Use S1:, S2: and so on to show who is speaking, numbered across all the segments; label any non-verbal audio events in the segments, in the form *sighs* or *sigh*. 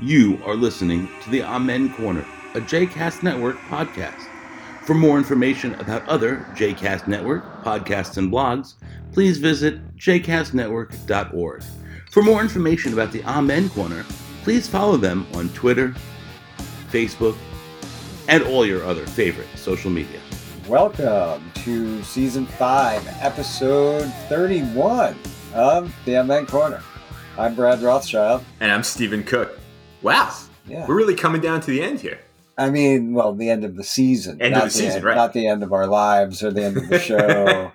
S1: You are listening to the Amen Corner, a JCast Network podcast. For more information about other JCast Network podcasts and blogs, please visit jcastnetwork.org. For more information about the Amen Corner, please follow them on Twitter, Facebook, and all your other favorite social media.
S2: Welcome to season five, episode 31 of the Unman Corner. I'm Brad Rothschild.
S3: And I'm Stephen Cook. Wow.
S2: Yeah.
S3: We're really coming down to the end here.
S2: I mean, well, the end of the season.
S3: End of
S2: not
S3: the season,
S2: end-
S3: right.
S2: Not the end of our lives or the end of the
S3: *laughs*
S2: show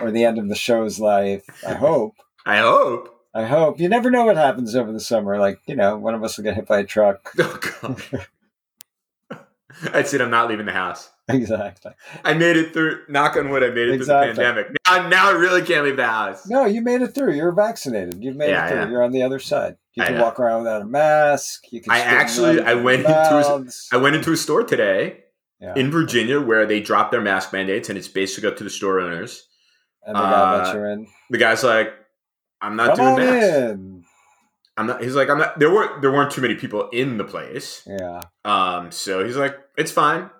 S2: or the end of the show's life. I hope.
S3: I hope. *laughs*
S2: I hope. You never know what happens over the summer. Like, you know, one of us will get hit by a truck. *laughs*
S3: Oh, God. *laughs* That's it. I'm not leaving the house.
S2: exactly.
S3: I made it through, knock on wood, I made it
S2: Exactly.
S3: through the pandemic. Now, now I really can't leave the house.
S2: No, you made it through. You're vaccinated. You've made
S3: Yeah,
S2: it through.
S3: yeah.
S2: You're on the other side. You
S3: I
S2: can
S3: know.
S2: walk around without a mask. You can
S3: I
S2: spit in
S3: actually-
S2: other
S3: I went into a-
S2: mouths.
S3: I went into a store today
S2: Yeah.
S3: in Virginia where they dropped their mask mandates and it's basically up to the store owners.
S2: and the guy
S3: uh,
S2: that you're in.
S3: The guy's like, I'm not
S2: Come on
S3: doing masks.
S2: in.
S3: I'm not, he's like, I'm not, there weren't, there weren't too many people in the place.
S2: Yeah.
S3: Um, so he's like, it's fine.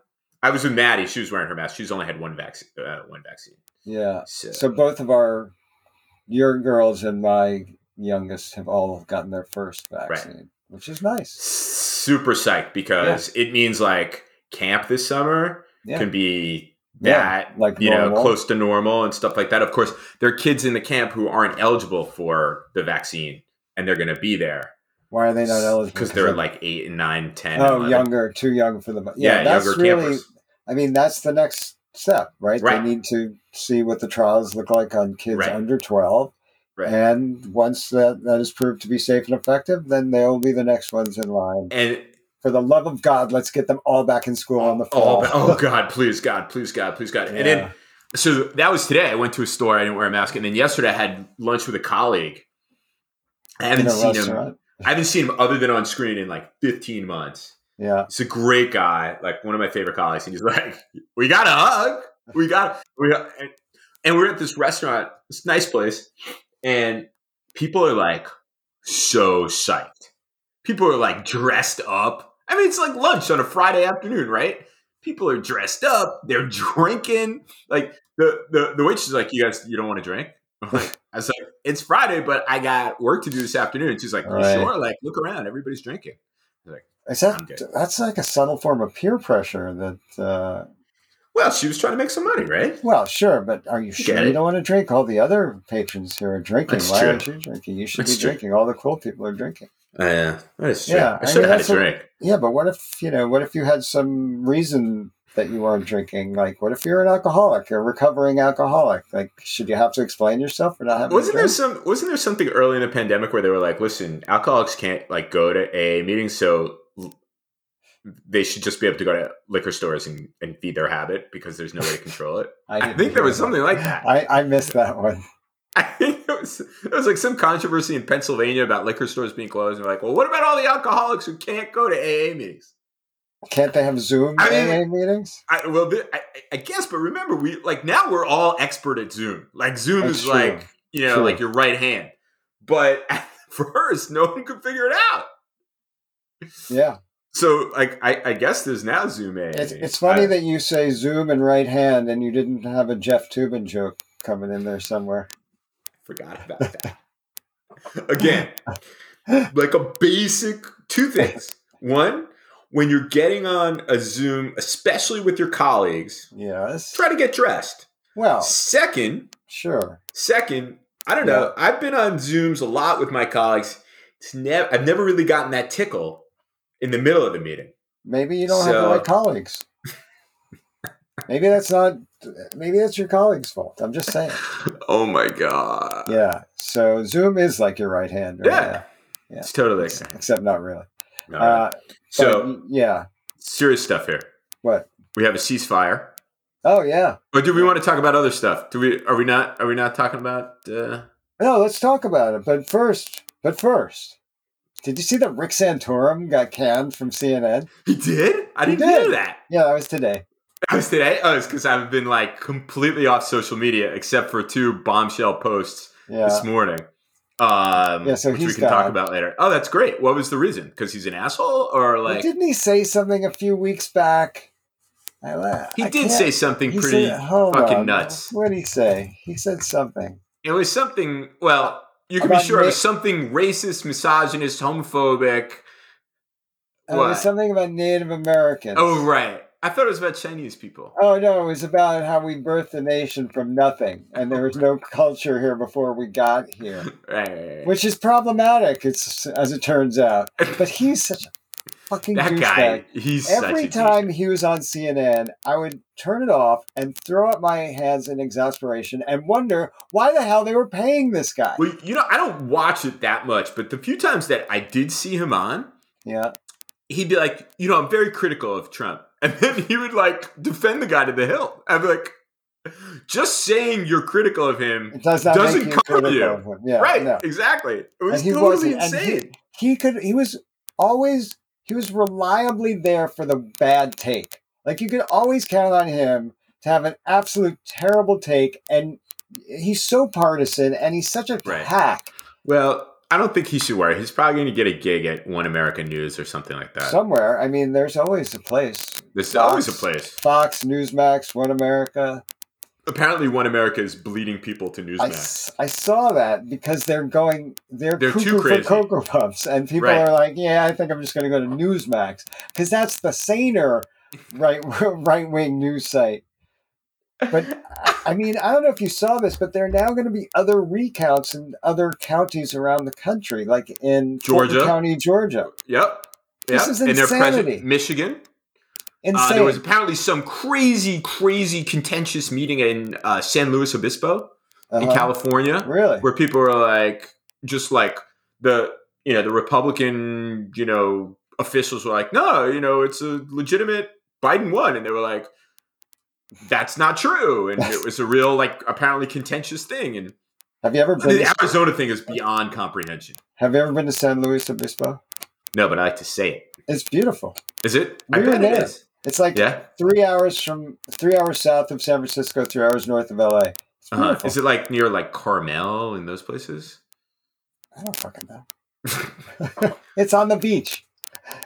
S3: I was with Maddie. She was wearing her mask. She's only had one vaccine. Uh, one vaccine.
S2: Yeah.
S3: So,
S2: So both of our, your girls and my youngest have all gotten their first vaccine, which is nice.
S3: super psyched because it means like camp this summer
S2: Yeah.
S3: can be
S2: Yeah,
S3: that
S2: like
S3: you know
S2: normal.
S3: close to normal and stuff like that. Of course, there are kids in the camp who aren't eligible for the vaccine, and they're going to be there
S2: Why are they not eligible?
S3: because they're like eight and nine, ten. and
S2: oh
S3: 11.
S2: younger, too young for the. Yeah,
S3: Yeah,
S2: that's
S3: younger
S2: really.
S3: campers.
S2: I mean, that's the next step, right?
S3: Right.
S2: They need to see what the trials look like on kids
S3: Right.
S2: under twelve,
S3: Right.
S2: and once that that is proved to be safe and effective, then they'll be the next ones in line.
S3: And
S2: For the love of God, let's get them all back in school on the fall.
S3: oh, *laughs* but- oh God, please God, please God, please God. And
S2: Yeah.
S3: then so that was today. I went to a store. I didn't wear a mask, and then yesterday I had lunch with a colleague. I haven't
S2: in a
S3: seen him.
S2: restaurant.
S3: I haven't seen him other than on screen in like 15 months.
S2: Yeah.
S3: He's a great guy, like one of my favorite colleagues. And he's like, "We got a hug. We got we." Got, and, and we're at this restaurant. It's a nice place, and people are like so psyched. People are like dressed up. I mean, it's like lunch on a Friday afternoon, right? People are dressed up. They're drinking. Like the the the waitress is like, "You guys, you don't want to drink." I'm like, I was like, "It's Friday, but I got work to do this afternoon." She's like, "You
S2: Right.
S3: sure?" Like, look around. Everybody's drinking.
S2: Is
S3: I'm
S2: that
S3: good.
S2: that's like a subtle form of peer pressure that uh
S3: Well, she was trying to make some money, right?
S2: well sure, but are you sure
S3: get
S2: you
S3: it.
S2: don't want to drink? All the other patrons here are drinking.
S3: That's
S2: Why
S3: true.
S2: aren't you drinking? You should
S3: That's
S2: be
S3: true.
S2: drinking. All the cool people are drinking.
S3: Oh, yeah, that is
S2: true. Yeah, I
S3: I
S2: I
S3: should
S2: should mean, have
S3: have
S2: had
S3: had
S2: that's
S3: a
S2: a-
S3: drink.
S2: Yeah, but what if you know, what if you had some reason that you weren't drinking? Like what if you're an alcoholic, you're a recovering alcoholic? Like should you have to explain yourself for not having
S3: Wasn't
S2: a
S3: there
S2: drink?
S3: some? Wasn't there something early in the pandemic where they were like, "Listen, alcoholics can't like go to a meeting, so l- they should just be able to go to liquor stores and, and feed their habit because there's no way to
S2: *laughs*
S3: control it." I
S2: didn't
S3: think there
S2: hear
S3: was
S2: that.
S3: something like that.
S2: I, I missed that one.
S3: *laughs* I think it was there was like some controversy in Pennsylvania about liquor stores being closed. And they're like, "Well, what about all the alcoholics who can't go to AA meetings?"
S2: Can't they have Zoom
S3: I
S2: AA
S3: mean-
S2: meetings?
S3: I, well, th- I, I- I guess, but remember, we like now we're all expert at Zoom. Like Zoom
S2: That's
S3: is
S2: true.
S3: like you know,
S2: True.
S3: like your right hand. But *laughs* at first, no one could figure it out.
S2: Yeah.
S3: So, like, I, I guess there's now Zoom A.
S2: It's, it's funny
S3: I-
S2: that you say Zoom and right hand, and you didn't have a Jeff Tubin joke coming in there somewhere.
S3: forgot about that. *laughs*
S2: *laughs*
S3: Again, like a basic two things. One, when you're getting on a Zoom, especially with your colleagues,
S2: Yes.
S3: try to get dressed.
S2: Well,
S3: Second,
S2: sure.
S3: Second, I don't know. I've been on Zooms a lot with my colleagues. It's never I've never really gotten that tickle in the middle of the meeting.
S2: Maybe you don't have the
S3: So-
S2: right
S3: *laughs*
S2: colleagues. maybe that's not. Maybe that's your colleague's fault. I'm just saying.
S3: *laughs* Oh my god. Yeah.
S2: Yeah. So Zoom is like your right hand. Right now,
S3: It's totally
S2: Except not really.
S3: All right.
S2: Uh,
S3: so
S2: so yeah.
S3: serious stuff here.
S2: What?
S3: We have a ceasefire.
S2: Oh yeah.
S3: Or do we want to talk about other stuff? Do we are we not are we not talking about uh
S2: No, let's talk about it. But first, but first, did you see that Rick Santorum got canned from CNN?
S3: He did? I
S2: He
S3: didn't
S2: did.
S3: hear that.
S2: Yeah, that was today.
S3: That was today? Oh, it's because I've been like completely off social media except for two bombshell posts
S2: Yeah.
S3: this morning. Um,
S2: Yeah, so
S3: which
S2: he's
S3: we can talk
S2: got-
S3: about later. Oh, that's great. What was the reason? Because he's an asshole, or
S2: But
S3: like
S2: didn't he say something a few weeks back? I la-
S3: he
S2: I
S3: did
S2: can't-
S3: say something
S2: he
S3: pretty.
S2: said- hold
S3: fucking
S2: on.
S3: nuts.
S2: What did he say? He said something.
S3: It was something. Well, you can be
S2: About
S3: sure it was
S2: Nick-
S3: something racist, misogynist,
S2: Uh,
S3: homophobic.
S2: It
S3: What?
S2: was something about Native Americans.
S3: Oh, right. I thought it was about Chinese people.
S2: Oh no, it was about how we birthed the nation from nothing, and there was no culture here before we got here,
S3: Right. right, right.
S2: which is problematic. It's as it turns out, but he's such a fucking
S3: that
S2: douchebag.
S3: guy. He's
S2: Every
S3: such a
S2: time
S3: douche.
S2: he was on CNN, I would turn it off and throw up my hands in exasperation and wonder why the hell they were paying this guy.
S3: Well, you know, I don't watch it that much, but the few times that I did see him on,
S2: yeah,
S3: he'd be like, you know, I'm very critical of Trump. *laughs* And then he would like defend the guy to the hill. I'd be like, just saying you're critical of him.
S2: it does not
S3: Doesn't
S2: make you
S3: cover
S2: critical
S3: you.
S2: of him. Yeah,
S3: right,
S2: no.
S3: exactly. It was
S2: And he
S3: totally
S2: wasn't. And
S3: insane.
S2: he, he could. He was always. He was reliably there for the bad take. Like you could always count on him to have an absolute terrible take, and he's so partisan, and he's such a
S3: Right.
S2: hack.
S3: Well, I don't think he should worry. He's probably going to get a gig at One American News or something like that.
S2: Somewhere, I mean, there's always a place.
S3: There's
S2: Fox.
S3: always a place.
S2: Fox, Newsmax, One America.
S3: Apparently, One America is bleeding people to Newsmax.
S2: I, s- I saw that because they're going they're,
S3: They're too
S2: cuckoo
S3: crazy.
S2: for cocoa puffs and people
S3: Right.
S2: are like yeah i think i'm just going to go to newsmax because that's the saner right *laughs* right wing news site but
S3: *laughs*
S2: I- i mean i don't know if you saw this but there are now going to be other recounts in other counties around the country like in Fulton
S3: Georgia?
S2: county georgia
S3: Yep.
S2: This
S3: yep.
S2: is
S3: and they're
S2: insanity.
S3: present Michigan. Uh,
S2: insane
S3: there was apparently some crazy, crazy contentious meeting in uh, San Luis Obispo in
S2: Uh-huh.
S3: California,
S2: really
S3: where people were like, just like the you know the Republican you know officials were like, no, you know it's a legitimate Biden won, and they were like, that's not true, and it was a real like apparently contentious
S2: *laughs*
S3: thing, and
S2: have you ever been
S3: the
S2: to,
S3: Arizona thing is beyond comprehension.
S2: have you ever been to san luis obispo
S3: No, but I like to say it.
S2: it's beautiful
S3: Is it? I
S2: We were
S3: bet it
S2: there.
S3: is.
S2: it's like
S3: Yeah.
S2: three hours from three hours south of San Francisco, three hours north of LA. It's
S3: Uh-huh.
S2: beautiful.
S3: Is it like near like Carmel and those places?
S2: I don't fucking know. *laughs* it's on the beach,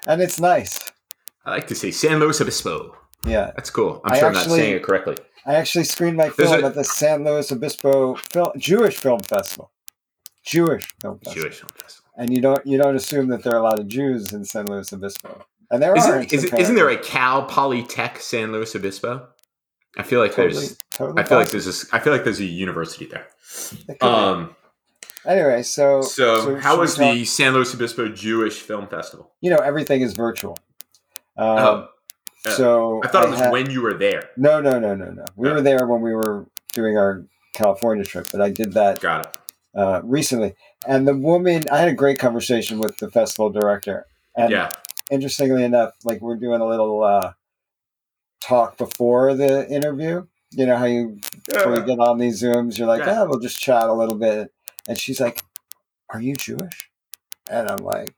S2: and it's nice.
S3: I like to say San Luis Obispo.
S2: Yeah,
S3: That's cool. I'm
S2: I
S3: sure I'm not
S2: actually-
S3: saying it correctly.
S2: I actually screened my
S3: There's
S2: film
S3: a-
S2: at the San Luis Obispo Fil- Jewish Film Festival. Jewish Film Festival,
S3: Jewish film festival.
S2: and you don't you don't assume that there are a lot of Jews in San Luis Obispo, and there are.
S3: Isn't, is, isn't there a Cal Polytech San Luis Obispo? I feel like
S2: totally,
S3: there's.
S2: totally
S3: I feel like
S2: possible.
S3: there's. A, s- I feel like there's a university there.
S2: It could be.
S3: Um.
S2: anyway, so
S3: So, how
S2: should we
S3: was
S2: talk-
S3: the San Luis Obispo Jewish Film Festival?
S2: you know everything is virtual. Um,
S3: oh, uh,
S2: so
S3: I thought it was
S2: had-
S3: when you were there.
S2: No, no, no, no, no. We
S3: Oh.
S2: were there when we were doing our California trip, but I did that
S3: Got it.
S2: uh, recently. And the woman, I had a great conversation with the festival director. And
S3: yeah.
S2: interestingly enough, like we're doing a little uh, talk before the interview. You know how you before you get on these zooms, you're like,
S3: Oh, Yeah.
S2: yeah, we'll just chat a little bit. And she's like, "Are you Jewish?" And I'm like,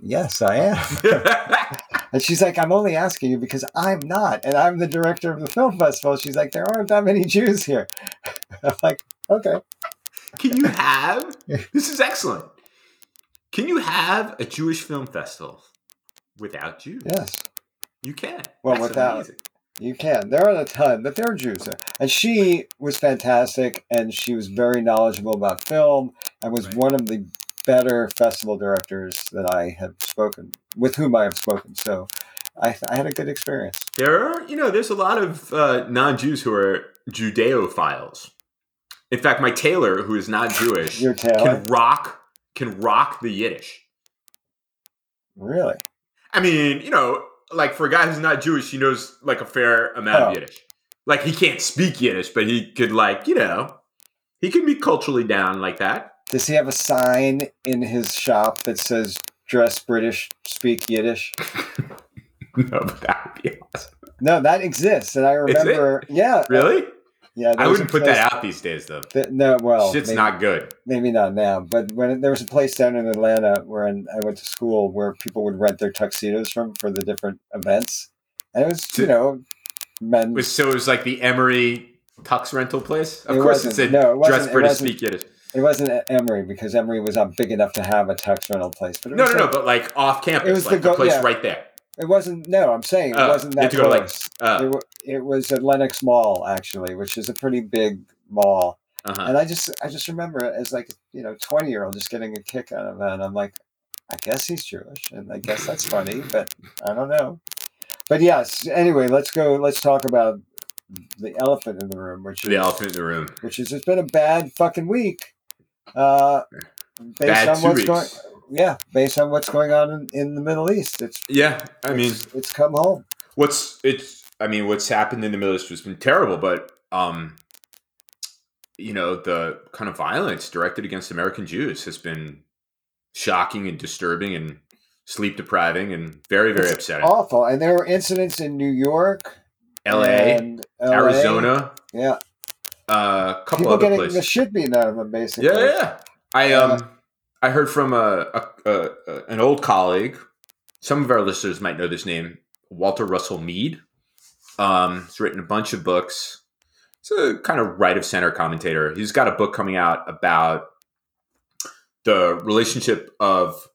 S2: "Yes, I am." And she's like, I'm only asking you because I'm not. And I'm the director of the film festival. She's like, there aren't that many Jews here. *laughs* I'm like, okay.
S3: *laughs* Can you have this is excellent. Can you have a Jewish film festival without Jews?
S2: Yes,
S3: You can.
S2: Well, without- you can. There aren't a ton, but there are Jews there. And she was fantastic and she was very knowledgeable about film and was
S3: Right.
S2: one of the better festival directors that I have spoken with whom I have spoken. So I, I had a good experience.
S3: There are, you know, there's a lot of uh, non-Jews who are Judeophiles. In fact, my tailor, who is not Jewish,
S2: Your
S3: can
S2: talent,
S3: rock can rock the Yiddish.
S2: really?
S3: I mean, you know, like for a guy who's not Jewish, he knows like a fair amount
S2: Oh.
S3: of Yiddish. Like he can't speak Yiddish, but he could like, you know, he can be culturally down like that.
S2: *laughs* Does he have a sign in his shop that says "Dress British, speak Yiddish"?
S3: no, but that would be awesome.
S2: No, that exists, and I
S3: it?
S2: remember. Yeah,
S3: Really?
S2: yeah.
S3: I
S2: there was
S3: wouldn't
S2: a
S3: put
S2: place
S3: that out these days, though.
S2: that- no, well,
S3: Shit's
S2: maybe,
S3: not good.
S2: maybe not now, but when it- there was a place down in Atlanta where in, I went to school where people would rent their tuxedos from for the different events, and it was you
S3: Did-
S2: know men.
S3: It was, so it was like the Emory tux rental place. Of
S2: It
S3: course,
S2: wasn't.
S3: it said
S2: No, it wasn't.
S3: dress
S2: It
S3: British,
S2: wasn't.
S3: speak Yiddish.
S2: It wasn't at Emory because Emory was not big enough to have a tax rental place. But it
S3: No, no,
S2: was
S3: no,
S2: like-
S3: but like off campus,
S2: It was
S3: like
S2: the
S3: the,
S2: go-
S3: place
S2: yeah.
S3: right there.
S2: It wasn't. No, I'm saying it
S3: Oh,
S2: wasn't
S3: you
S2: that
S3: had to go to, like,
S2: close.
S3: Uh
S2: it, wa- it was at Lenox Mall actually, which is a pretty big mall.
S3: huh.
S2: And I just I just remember it as like you know 20 year old just getting a kick out of that. And I'm like, I guess he's Jewish, and I guess that's funny, but I don't know. But yes, anyway, let's go. Let's talk about the elephant in the room, which
S3: The
S2: is,
S3: elephant in the room.
S2: which is it's been a bad fucking week. Uh, based
S3: Bad
S2: on
S3: two
S2: what's
S3: weeks.
S2: going, yeah, based on what's going on in, in the Middle East, it's
S3: Yeah, I mean,
S2: it's, it's come home.
S3: what's it's? I mean, what's happened in the Middle East has been terrible, but um, you know, the kind of violence directed against American Jews has been shocking and disturbing and sleep depriving and very, very
S2: It's
S3: upsetting.
S2: Awful, and there were incidents in New York,
S3: L.A.,
S2: and LA.
S3: Arizona,
S2: Yeah,
S3: a couple
S2: people
S3: other
S2: getting
S3: places.
S2: the shit beaten out of them, basically.
S3: Yeah, yeah, yeah. I
S2: Uh,
S3: um, I heard from a, a, a, a an old colleague. Some of our listeners might know this name, Walter Russell Mead. Um, he's written a bunch of books. He's a kind of right of center commentator. He's got a book coming out about the relationship of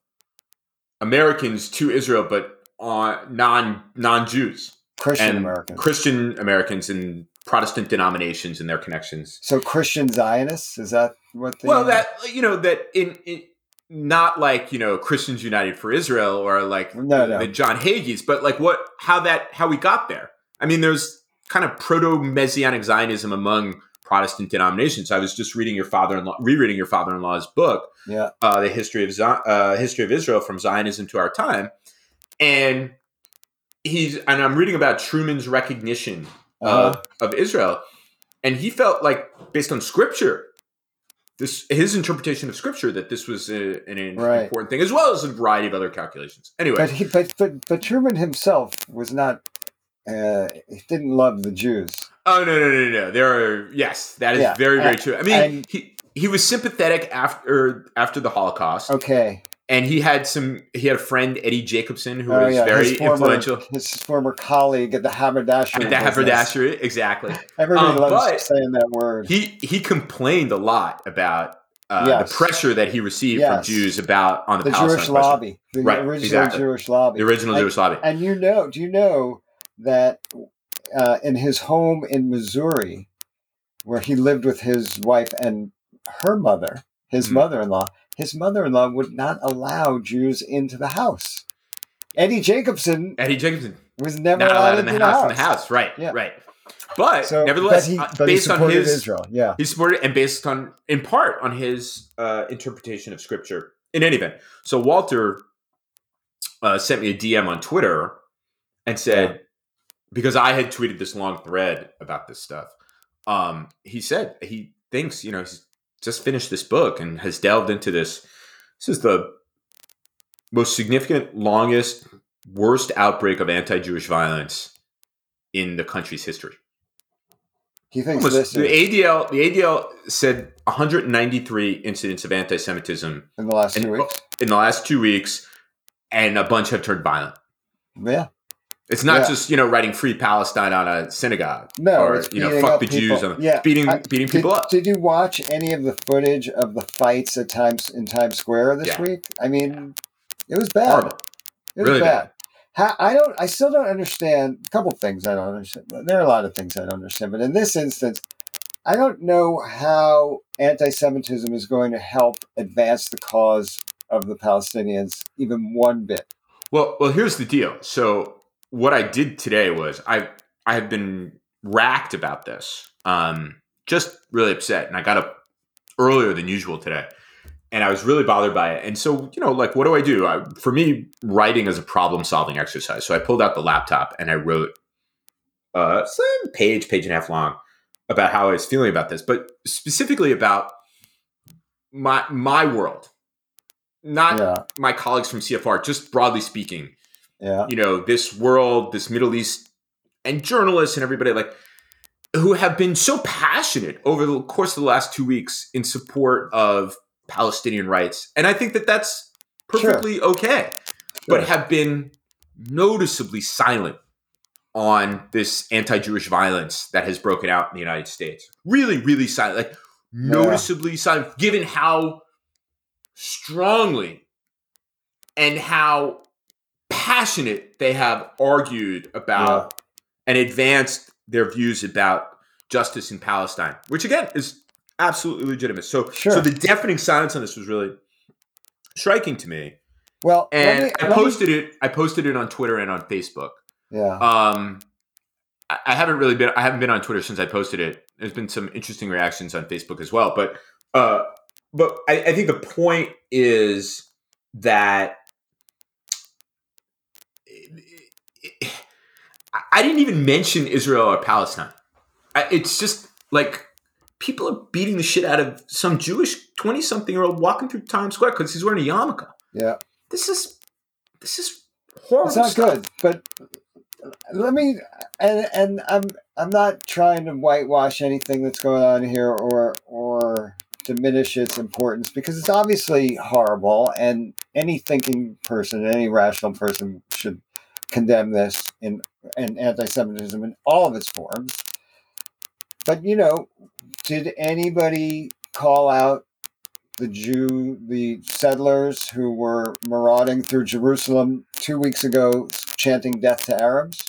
S3: Americans to Israel, but on non non Jews,
S2: Christian
S3: And
S2: Americans.
S3: Christian Americans, and Protestant denominations and their connections
S2: so Christian Zionists is that what? The,
S3: well, that you know that in, in not like you know Christians United for Israel or like
S2: No, no.
S3: the John Hagees, but like what how that how we got there. I mean, there's kind of proto Messianic Zionism among Protestant denominations. I was just reading your father-in-law, rereading your father-in-law's book,
S2: yeah,
S3: uh, the history of Zion, uh, history of Israel from Zionism to our time, and he's and I'm reading about Truman's recognition
S2: uh,
S3: of, of Israel. And he felt like, based on scripture, this his interpretation of scripture that this was a, an
S2: Right.
S3: important thing, as well as a variety of other calculations. Anyway,
S2: but he, but, but but Truman himself was not. Uh, he didn't love the Jews.
S3: oh no, no, no, no, no, there are yes, that is
S2: Yeah,
S3: very, very
S2: and-
S3: true. I mean,
S2: and-
S3: he he was sympathetic after after the Holocaust,
S2: Okay,
S3: and he had some. He had a friend Eddie Jacobson who
S2: Oh,
S3: was
S2: yeah,
S3: very
S2: his former-
S3: influential.
S2: his former colleague at the haberdashery.
S3: The
S2: business.
S3: haberdashery, exactly.
S2: Everybody
S3: Um,
S2: loves
S3: but-
S2: saying that word.
S3: he he complained a lot about uh,
S2: Yes.
S3: the pressure that he received from
S2: Yes.
S3: Jews about on the,
S2: the
S3: Palestine
S2: Jewish
S3: question.
S2: lobby, the
S3: Right,
S2: original
S3: exactly.
S2: Jewish lobby,
S3: the original
S2: and,
S3: Jewish lobby.
S2: And you know, do you know that uh, in his home in Missouri, where he lived with his wife and her mother, his
S3: Mhm.
S2: mother-in-law, his mother-in-law would not allow Jews into the house. Eddie Jacobson
S3: Eddie Jacobson
S2: was never
S3: not allowed in
S2: into
S3: the house, in the house, right?
S2: Yeah.
S3: Right. But
S2: So,
S3: nevertheless,
S2: but he,
S3: uh,
S2: but he
S3: based on
S2: supported
S3: his
S2: Israel, yeah,
S3: he supported and based on in part on his uh, interpretation of scripture. In any event, so Walter uh, sent me a DM on Twitter and said because I had tweeted this long thread about this stuff. Um, he said he thinks you know he's just finished this book and has delved into this. This is the most significant, longest, worst outbreak of anti-Jewish violence in the country's history.
S2: he thinks this
S3: Almost- the
S2: is
S3: ADL, the ADL said 193 incidents of anti-Semitism
S2: in the last
S3: and-
S2: two weeks.
S3: in the last two weeks, and a bunch have turned violent.
S2: Yeah,
S3: It's not
S2: Yeah.
S3: just you know writing "Free Palestine" on a synagogue,
S2: no,
S3: or
S2: it's
S3: you know
S2: beating
S3: "fuck
S2: up
S3: the
S2: people.
S3: Jews" on
S2: yeah,
S3: beating
S2: I-
S3: beating
S2: Did,
S3: people up.
S2: did you watch any of the footage of the fights at times in Times Square this
S3: Yeah.
S2: week? I mean, it was bad.
S3: Horrible.
S2: It was
S3: Really
S2: bad. How, I don't. I still don't understand. A couple things I don't understand. There are a lot of things I don't understand, but in this instance, I don't know how anti-Semitism is going to help advance the cause of the Palestinians even one bit.
S3: Well, well, here's the deal. So what I did today was I I have been racked about this, um, just really upset, and I got up earlier than usual today, and I was really bothered by it. And so you know, like, what do I do? I, for me, writing is a problem solving exercise. So I pulled out the laptop and I wrote uh, some page, page and a half long about how I was feeling about this, but specifically about my my world, not
S2: Yeah,
S3: my colleagues from CFR, just broadly speaking,
S2: yeah,
S3: you know, this world, this Middle East, and journalists and everybody like who have been so passionate over the course of the last two weeks in support of Palestinian rights. And I think that that's perfectly okay, but
S2: Sure.
S3: have been noticeably silent on this anti Jewish violence that has broken out in the United States. Really, really silent. Like, noticeably silent, given how strongly and how passionate they have argued about and advanced their views about justice in Palestine, which again is absolutely legitimate. So,
S2: Sure.
S3: so the deafening silence on this was really striking to me,
S2: Well, let
S3: and
S2: me- let
S3: I
S2: me-
S3: posted it. I posted it on Twitter and on Facebook.
S2: yeah.
S3: Um, I, I haven't really been. I haven't been on Twitter since I posted it. There's been some interesting reactions on Facebook as well. But uh, but I, I think the point is that I- I didn't even mention Israel or Palestine. I, it's just like people are beating the shit out of some Jewish twenty-something-year-old walking through Times Square because he's wearing a yarmulke.
S2: Yeah.
S3: This is this is horrible.
S2: it's not
S3: stuff.
S2: good but let me and and i'm i'm not trying to whitewash anything that's going on here or or diminish its importance because it's obviously horrible and any thinking person any rational person should condemn this in and anti-semitism in all of its forms but you know did anybody call out the Jew, the settlers who were marauding through Jerusalem two weeks ago, chanting "Death to Arabs."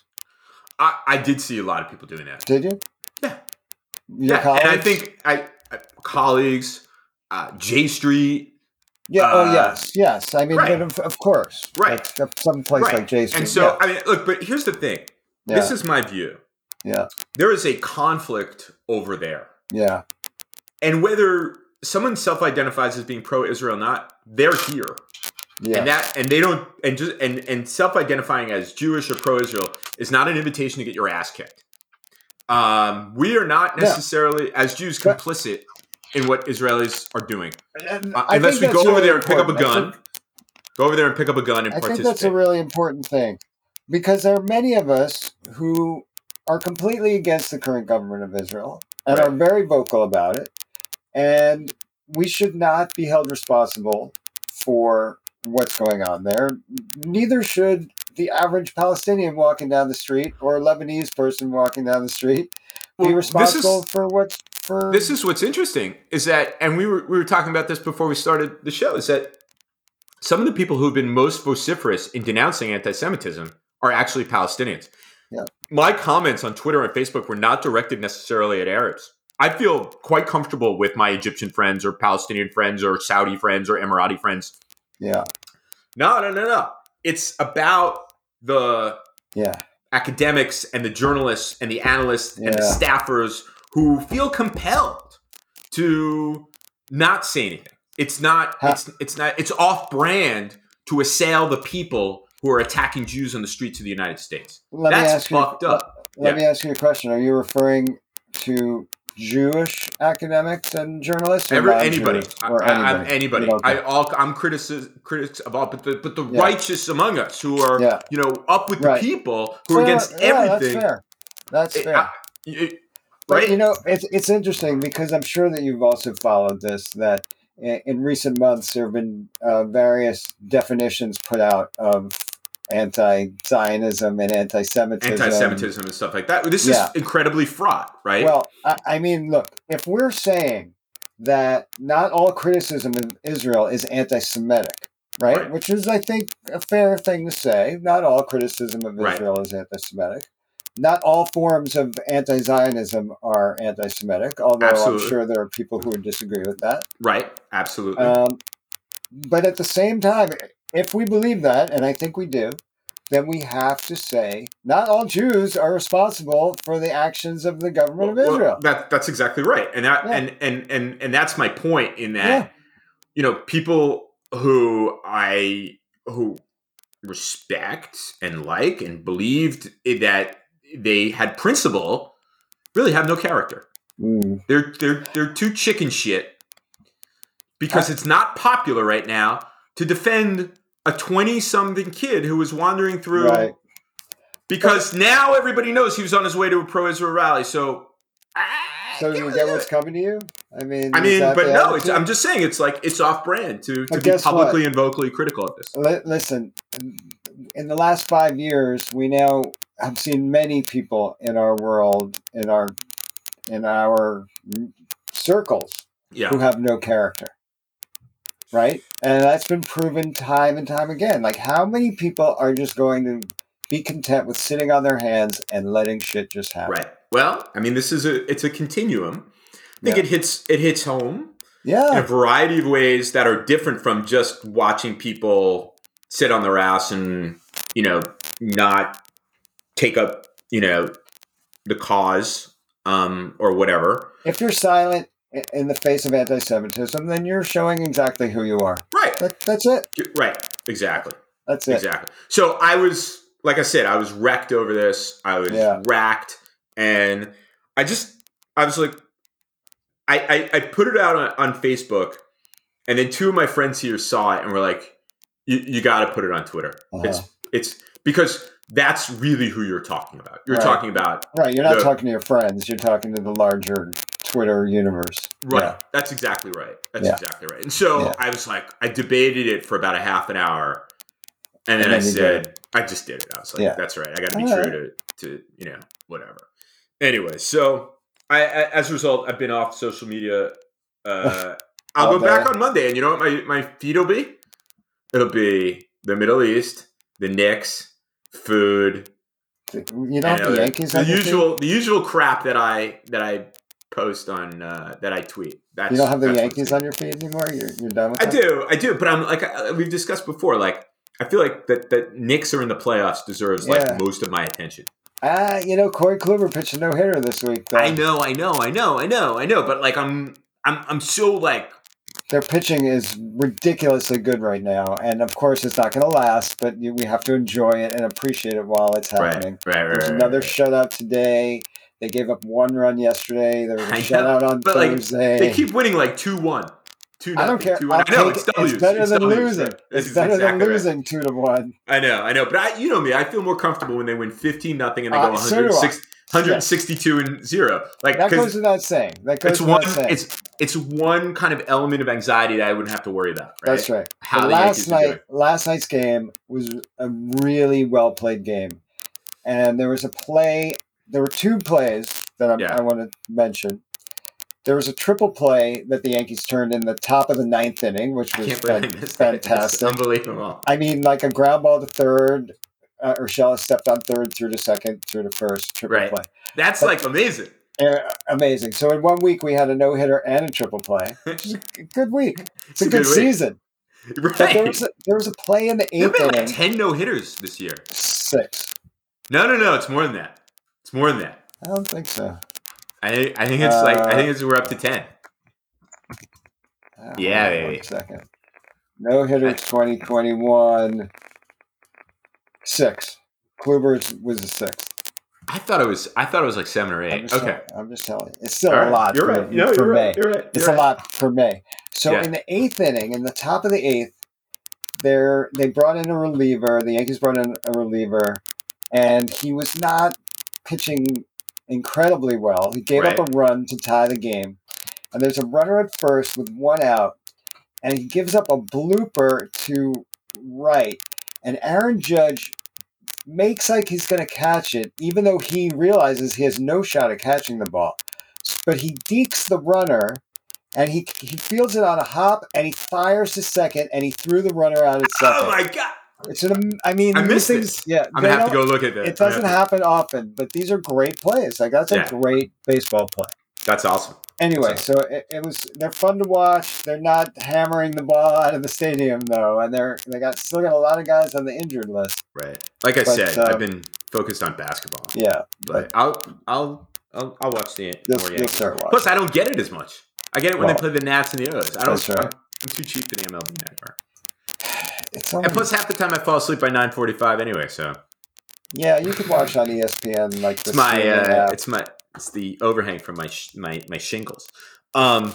S3: I, I did see a lot of people doing that.
S2: Did you?
S3: Yeah.
S2: Your
S3: yeah, and I
S2: colleagues?
S3: think I, I colleagues, uh, J Street,
S2: Yeah.
S3: uh,
S2: oh yes, yes. I mean,
S3: right.
S2: but of, of course,
S3: Right.
S2: Like, some- some place
S3: Right.
S2: like Jason.
S3: and so I mean, look, but here's the thing.
S2: yeah,
S3: This is my view.
S2: Yeah.
S3: there is a conflict over there,
S2: yeah,
S3: and whether someone self-identifies as being pro-Israel or not, they're here,
S2: yeah,
S3: and that, and they don't, and just and and self-identifying as Jewish or pro-Israel is not an invitation to get your ass kicked. Um, we are not
S2: Yeah.
S3: necessarily as Jews
S2: But-
S3: complicit in what Israelis are doing.
S2: And
S3: Uh,
S2: I
S3: unless
S2: think
S3: we
S2: that's
S3: go over
S2: really
S3: there and pick up a
S2: important. I
S3: gun, go over there and pick up a gun and
S2: I think
S3: participate.
S2: that's a really important thing because there are many of us who are completely against the current government of Israel and
S3: Right.
S2: are very vocal about it. And we should not be held responsible for what's going on there. Neither should the average Palestinian walking down the street or Lebanese person walking down the street be
S3: Well,
S2: responsible
S3: This
S2: for what's for
S3: is, this is what's interesting is that, and we were we were talking about this before we started the show. Is that some of the people who've been most vociferous in denouncing anti-Semitism are actually Palestinians.
S2: Yeah.
S3: My comments on Twitter and Facebook were not directed necessarily at Arabs. I feel quite comfortable with my Egyptian friends or Palestinian friends or Saudi friends or Emirati friends.
S2: yeah,
S3: No, no, no, no. It's about the
S2: yeah,
S3: academics and the journalists and the analysts and the
S2: Yeah.
S3: staffers who feel compelled to not say anything. It's not
S2: Ha-
S3: it's it's not it's off brand to assail the people who are attacking Jews on the streets of the United States.
S2: Let me
S3: That's
S2: ask you-
S3: fucked up.
S2: Let
S3: Yeah.
S2: me ask you a question. Are you referring to Jewish academics and journalists? Or
S3: Every,
S2: non-Jewish?
S3: anybody, I,
S2: Or
S3: I- I'm
S2: anybody.
S3: anybody.
S2: Okay.
S3: I all I'm critici- critics of all, but the, but the
S2: Yeah.
S3: righteous among us who are
S2: Yeah.
S3: you know up with
S2: Right.
S3: the people who are
S2: Well,
S3: against
S2: yeah,
S3: everything.
S2: That's fair. That's
S3: It-
S2: fair.
S3: I- it-
S2: But
S3: right?
S2: you know, it's it's interesting because I'm sure that you've also followed this. That i- in recent months there have been uh, various definitions put out of anti-Zionism and anti-Semitism.
S3: anti-Semitism and stuff like that. This
S2: um, Yeah.
S3: is incredibly fraught, right?
S2: Well, I, I mean, look, if we're saying that not all criticism of Israel is anti Semitic, right?
S3: Right.
S2: Which is, I think, a fair thing to say. Not all criticism of
S3: Right.
S2: Israel is anti Semitic. Not all forms of anti Zionism are anti Semitic, although
S3: Absolutely.
S2: I'm sure there are people who would disagree with that.
S3: right, absolutely.
S2: Um, but at the same time, if we believe that, and I think we do, then we have to say not all Jews are responsible for the actions of the government
S3: Well,
S2: of
S3: well,
S2: Israel.
S3: that that's exactly right, and that
S2: Yeah.
S3: and, and and and that's my point in that
S2: Yeah.
S3: you know people who I who respect and like and believed i- that they had principle really have no character.
S2: Mm,
S3: They're they're they're too chicken shit because it's not popular right now to defend a twenty something kid who was wandering through.
S2: Right.
S3: Because now everybody knows he was on his way to a pro-Israel rally. So, ah,
S2: So you get what's coming to you? I mean,
S3: I
S2: is
S3: mean,
S2: that
S3: but
S2: the
S3: no, it's,
S2: attitude?
S3: I'm just saying it's like it's off-brand to, to
S2: But
S3: be
S2: guess what?
S3: publicly and vocally critical of this.
S2: Li- listen. In the last five years, we now have seen many people in our world, in our, in our circles,
S3: Yeah.
S2: who have no character. Right? And that's been proven time and time again. Like, how many people are just going to be content with sitting on their hands and letting shit just happen?
S3: Right. Well, I mean, this is a it's a continuum. I think
S2: Yeah.
S3: it hits it hits home in a
S2: Yeah.
S3: variety of ways that are different from just watching people sit on their ass and you know not take up you know the cause um, or whatever.
S2: If you're silent i- in the face of anti Semitism, then you're showing exactly who you are.
S3: Right.
S2: That, that's it.
S3: Right. Exactly.
S2: That's it.
S3: Exactly. So I was, like I said, I was wrecked over this. I was
S2: Yeah.
S3: racked, and I just, I was like, I, I, I put it out on, on Facebook, and then two of my friends here saw it and were like, "You, you got to put it on Twitter.
S2: Uh-huh.
S3: It's, it's because that's really who you're talking about. You're
S2: Right.
S3: talking about
S2: Right. You're not
S3: The-
S2: talking to your friends, you're talking to the larger Twitter universe.
S3: Right.
S2: Yeah.
S3: That's exactly right. That's
S2: Yeah.
S3: exactly right. And so
S2: Yeah.
S3: I was like, I debated it for about a half an hour. And then,
S2: And then
S3: I
S2: you
S3: said, I just did it. I was like,
S2: Yeah.
S3: that's right. I got to be
S2: All
S3: true to, to, you know, whatever. Anyway, so I, I, as a result, I've been off social media.
S2: *laughs*
S3: Uh, I'll
S2: All
S3: go back
S2: day.
S3: on Monday. And you know what my, my feed will be? It'll be the Middle East, the Knicks, food,
S2: You don't
S3: and
S2: have the
S3: other-
S2: Yankees
S3: the
S2: on your team?
S3: usual, the usual crap that I, that I post on, uh, that I tweet. That's,
S2: You don't have the
S3: that's what's
S2: Yankees on your feed anymore? You're, you're done with
S3: I
S2: that?
S3: do, I do, but I'm like I, we've discussed before. Like I feel like that that Knicks are in the playoffs deserves
S2: Yeah.
S3: like most of my attention.
S2: Ah, you know, Corey Kluber pitched a no hitter this week. Though.
S3: I know, I know, I know, I know, I know. But like I'm, I'm, I'm so like
S2: Their pitching is ridiculously good right now. And of course, it's not going to last, but you, we have to enjoy it and appreciate it while it's
S3: right,
S2: happening.
S3: right, right.
S2: There's
S3: right,
S2: another
S3: right.
S2: shutout today. They gave up one run yesterday. There was a
S3: I know,
S2: shutout on
S3: but, like,
S2: Thursday.
S3: They keep winning like two one, two.
S2: I don't
S3: nothing,
S2: care.
S3: Two,
S2: I'll
S3: one. I know
S2: take
S3: it's
S2: it.
S3: W's.
S2: It's better than
S3: W's,
S2: losing.
S3: right. This
S2: it's
S3: is
S2: better
S3: exactly
S2: than
S3: right.
S2: losing two to one.
S3: I know, I know, but I, you know me. I feel more comfortable when they win fifteen nothing and they
S2: Uh,
S3: go
S2: so do I.
S3: 106 162 and zero. Like
S2: That
S3: 'cause-
S2: goes without saying. That goes
S3: it's
S2: without
S3: one
S2: saying.
S3: it's it's one kind of element of anxiety that I wouldn't have to worry about. Right?
S2: That's right.
S3: How
S2: But
S3: the
S2: last
S3: Yankees are doing.
S2: night, last night's game was a really well played game, and there was a play. There were two plays that I'm,
S3: Yeah.
S2: I want to mention. There was a triple play that the Yankees turned in the top of the ninth inning, which
S3: I
S2: was
S3: can't believe
S2: fan-
S3: I missed that. It's
S2: fantastic.
S3: unbelievable.
S2: I mean, like a ground ball to third. Uh, Urshela stepped on third, through to second, through to first, triple
S3: Right.
S2: play.
S3: That's
S2: But-
S3: like amazing. *laughs*
S2: Uh, amazing. So in one week we had a no hitter and a triple play. Which is a good
S3: *laughs*
S2: week. It's, a, good,
S3: week.
S2: season. But there
S3: Right.
S2: was a, there was a play in the
S3: There have
S2: eighth
S3: been
S2: inning.
S3: like ten no hitters this year.
S2: Six.
S3: No, no, no. It's more than that. It's more than that.
S2: I don't think so.
S3: I I think it's like I think it's we're up to ten.
S2: Uh,
S3: Yeah,
S2: hold on
S3: baby.
S2: One second. No hitter 2021. Six. Kluber was a six.
S3: I thought it was I thought it was like seven or
S2: I'm
S3: eight.
S2: just
S3: Okay.
S2: Telling, I'm just telling you. It's still
S3: All
S2: a
S3: right.
S2: lot
S3: You're
S2: for,
S3: right. No,
S2: for
S3: you're
S2: May.
S3: right. You're right.
S2: It's
S3: You're
S2: a
S3: right.
S2: lot for May. So
S3: Yeah.
S2: in the eighth inning, in the top of the eighth, they're, they brought in a reliever. The Yankees brought in a reliever, and he was not pitching incredibly well. He gave up
S3: Right.
S2: a run to tie the game, and there's a runner at first with one out, and he gives up a blooper to right, and Aaron Judge makes like he's going to catch it, even though he realizes he has no shot at catching the ball. But he dekes the runner, and he he fields it on a hop, and he fires to second, and he threw the runner out at second.
S3: Oh my god!
S2: it's an, am- I mean,
S3: I
S2: these
S3: missed
S2: things.
S3: this.
S2: Yeah,
S3: I'm
S2: they
S3: gonna have to
S2: don't-
S3: go look at that.
S2: It doesn't happen often, but these are great plays. Like that's
S3: Yeah.
S2: a great baseball play.
S3: That's awesome.
S2: Anyway, so it, it was they're fun to watch. They're not hammering the ball *laughs* out of the stadium though, and they're they got still got a lot of guys on the injured list.
S3: Right. Like I
S2: But,
S3: said,
S2: um,
S3: I've been focused on basketball.
S2: Yeah,
S3: But I'll I'll I'll, I'll watch the
S2: you'll,
S3: more
S2: you'll
S3: Yankees.
S2: start watching.
S3: Plus, I don't get it as much. I get it when
S2: Well,
S3: they play the Nats and the O's. I don't.
S2: that's right.
S3: I'm, I'm too cheap to the MLB network.
S2: It's only,
S3: And plus, half the time I fall asleep by 9:45 anyway. So
S2: yeah, you could watch on E ESPN like
S3: it's
S2: this.
S3: my uh, it's my it's the overhang from my sh- my my shingles. Um,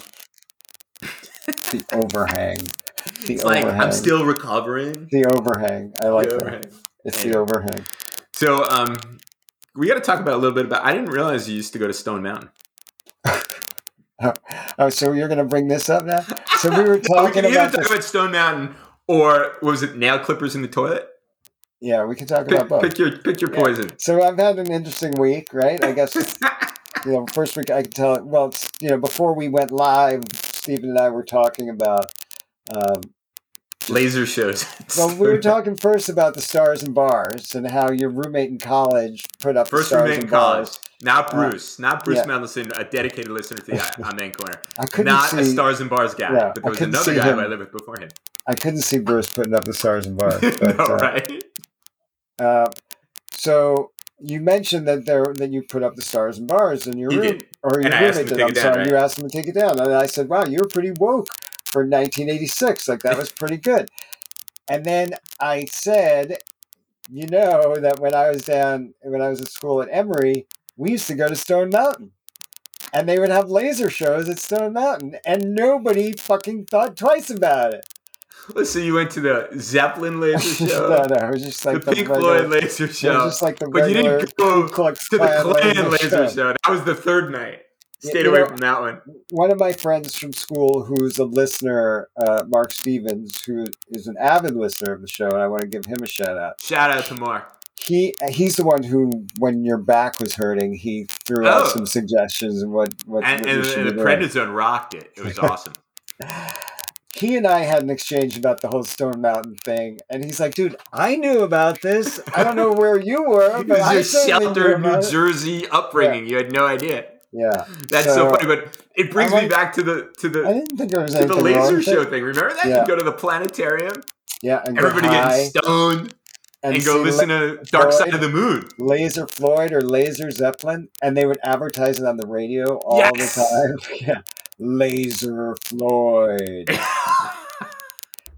S2: the overhang. The
S3: it's like
S2: overhang.
S3: I'm still recovering.
S2: the overhang. I like
S3: The
S2: that.
S3: overhang.
S2: It's the overhang.
S3: So um, we got to talk about a little bit about. I didn't realize you used to go to Stone Mountain.
S2: Oh, so you're gonna bring this up now? So
S3: *laughs*
S2: we were
S3: Oh, we
S2: talking
S3: can either
S2: about
S3: talk
S2: this.
S3: about Stone Mountain or what was it nail clippers in the toilet?
S2: yeah, we can talk
S3: Pick,
S2: about both.
S3: pick your pick your
S2: Yeah. *laughs*
S3: poison.
S2: So I've had an interesting week,
S3: *laughs*
S2: right? I guess you know, first week I could tell. Well, it's, you know, before we went live Stephen and I were talking about. Um,
S3: Laser shows.
S2: well, we
S3: *laughs*
S2: were talking first about the stars and bars and how your roommate in college put up the
S3: First
S2: stars
S3: roommate
S2: and
S3: in college.
S2: bars. Uh,
S3: Not Bruce. not Bruce
S2: yeah.
S3: Madison, a dedicated listener to
S2: *laughs*
S3: the I- Amen Corner.
S2: I couldn't
S3: Not
S2: see.
S3: a Stars and Bars guy,
S2: Yeah,
S3: but
S2: I
S3: there was
S2: couldn't
S3: another
S2: see
S3: guy
S2: him.
S3: who I lived with before him.
S2: I couldn't see Bruce putting up the stars and
S3: *laughs*
S2: bars. But,
S3: no,
S2: uh,
S3: right?
S2: Uh, so you mentioned that there that you put up the stars and bars in your
S3: He
S2: room,
S3: did.
S2: or your
S3: And I asked
S2: roommate
S3: him
S2: did.
S3: to take
S2: I'm
S3: it down,
S2: sorry,
S3: right?
S2: you asked him to take it down, and I said, "Wow, you're pretty woke for 1986. Like that was pretty good." And then I said, "You know that when I was down when I was at school at Emory, we used to go to Stone Mountain." And they would have laser shows at Stone Mountain, and nobody fucking thought twice about it.
S3: Listen, you went to the
S2: *laughs*
S3: Zeppelin laser show,
S2: no, no, it was just like
S3: the Pink
S2: regular-
S3: Floyd laser
S2: it was
S3: show,
S2: just like the
S3: but you
S2: regular
S3: didn't go
S2: Ku Klux
S3: to the
S2: Klan
S3: Klan laser
S2: show.
S3: show. That was the third night.
S2: Yeah,
S3: Stayed
S2: you
S3: away
S2: know-
S3: from that one.
S2: one of my friends from school who's a listener, uh, Mark Stevens, who is an avid listener of the show, and I want to give him a shout out.
S3: Shout out to Mark.
S2: He he's the one who, when your back was hurting, he threw out
S3: Oh.
S2: some suggestions and what what,
S3: And,
S2: what
S3: and,
S2: you should
S3: and
S2: be
S3: the
S2: doing.
S3: Predazone rocked it.
S2: *laughs*
S3: It was awesome.
S2: he and I had an exchange about the whole Stone Mountain thing, and he's like, "Dude, I knew about this. I don't know where you were, *laughs*
S3: it
S2: but I
S3: was your
S2: certainly knew
S3: sheltered New
S2: about it."
S3: Jersey upbringing. You had no idea.
S2: Yeah,
S3: That's so,
S2: So,
S3: funny, but it brings
S2: I
S3: me
S2: like-
S3: back to the to
S2: I
S3: the
S2: didn't think there was
S3: to the
S2: anything wrong
S3: laser
S2: with
S3: show
S2: it.
S3: thing. Remember that?
S2: Yeah.
S3: You go to the planetarium,
S2: Yeah, and
S3: everybody
S2: get high
S3: getting stoned, and, go
S2: see
S3: listen to Dark
S2: Floyd.
S3: Side of the Moon. *laughs*
S2: Laser Floyd or Laser Zeppelin, and they would advertise it on the radio all
S3: Yes.
S2: the time. *laughs* yeah, Laser Floyd.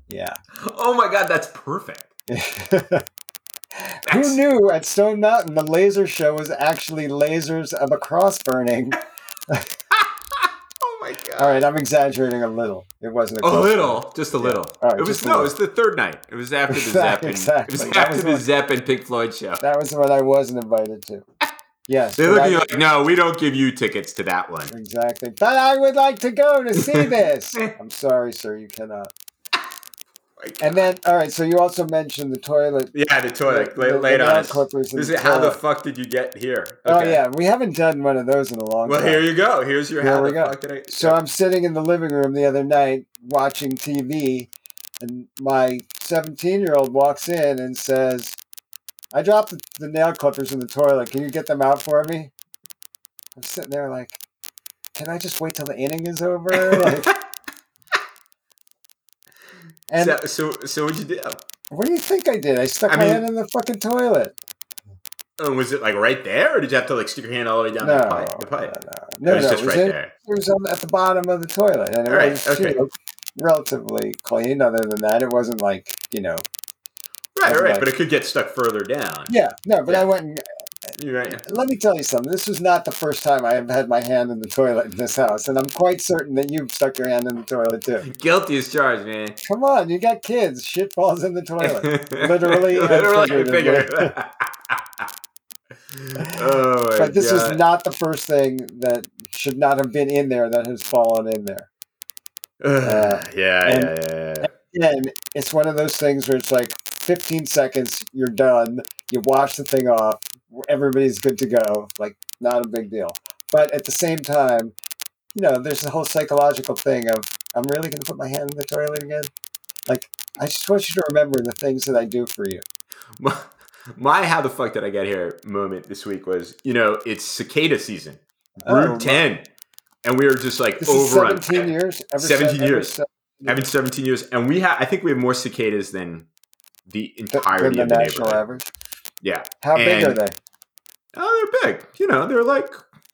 S2: Yeah. *laughs*
S3: oh my god, that's perfect.
S2: Who knew at Stone Mountain the laser show was actually lasers of a cross
S3: *laughs*
S2: burning?
S3: Oh my god.
S2: All right, I'm exaggerating a little. It wasn't a,
S3: A
S2: cross
S3: little, just a little.
S2: All right,
S3: it was
S2: just a
S3: no,
S2: little.
S3: it was the third night. It was after the
S2: Exact-
S3: Zeppelin.
S2: exactly.
S3: It was
S2: That
S3: after
S2: was
S3: the
S2: what-
S3: Zeppelin Pink Floyd show.
S2: burning. That was the one I wasn't invited
S3: *laughs*
S2: to. Yes.
S3: They
S2: but
S3: look
S2: I-
S3: at you like, no, we don't give you tickets to that one.
S2: Exactly. But I would like to go to see
S3: *laughs*
S2: this. I'm sorry, sir, you cannot.
S3: Like,
S2: And then, all right, so you also mentioned the toilet.
S3: yeah, the toilet lay-
S2: the-
S3: laid
S2: the
S3: on us.
S2: clippers in
S3: This is how the
S2: toilet.
S3: fuck did you get here?
S2: Oh yeah, we haven't done one of those in a long
S3: Well,
S2: time.
S3: here you go. Here's your
S2: Here
S3: how
S2: we
S3: the
S2: go.
S3: fuck did I?
S2: so I'm sitting in the living room the other night watching TV, and my 17 year old walks in and says, "I dropped the, the nail clippers in the toilet. Can you get them out for me?" I'm sitting there like, "Can I just wait till the inning is
S3: *laughs*
S2: over?" Like, and
S3: so, so, so what'd you do?
S2: what do you think I did? I stuck
S3: I
S2: my
S3: mean-
S2: hand in the fucking toilet.
S3: Oh, was it like right there, or did you have to like stick your hand all the way down
S2: No,
S3: the pipe? The pipe?
S2: no, no, no,
S3: it was
S2: no,
S3: just
S2: it was
S3: right
S2: in-
S3: there.
S2: it was on, at the bottom of the toilet, and it
S3: All right,
S2: was
S3: okay.
S2: you know, relatively clean. Other than that, it wasn't like you know,
S3: Right,
S2: Right.
S3: right, but it could get stuck further down.
S2: yeah, no. But
S3: Yeah.
S2: I went and
S3: You're right. *laughs*
S2: let me tell you something. This was not the first time I have had my hand in the toilet in this house, and I'm quite certain that you've stuck your hand in the toilet too.
S3: Guilty as charged, man.
S2: Come on, you got kids. Shit falls
S3: *laughs*
S2: in the
S3: Oh
S2: toilet. Literally and
S3: literally, and
S2: figuratively.
S3: figuratively. *laughs* oh my
S2: But this
S3: god!
S2: was not the first thing that should not have been in there that has fallen in there. uh,
S3: *sighs* yeah,
S2: and-
S3: yeah, yeah, yeah.
S2: And it's one of those things where it's like 15 seconds, you're done, you wash the thing off, everybody's good to go. Like, not a big deal. But at the same time, you know, there's the whole psychological thing of, I'm really going to put my hand in the toilet again? Like, I just want you to remember the things that I do for you.
S3: my, *laughs* my how the fuck did I get here moment this week was, you know, it's cicada season,
S2: Oh,
S3: Route 10. And we were just like
S2: This is
S3: over
S2: 17
S3: on
S2: years. ever
S3: 17
S2: ever
S3: years.
S2: since
S3: having 17 years. And we have, I think we have more cicadas than the
S2: the-
S3: entirety
S2: than
S3: of
S2: the
S3: the
S2: national
S3: neighborhood.
S2: average.
S3: Yeah.
S2: How big
S3: And-
S2: are they?
S3: Oh, they're big. You know, they're like,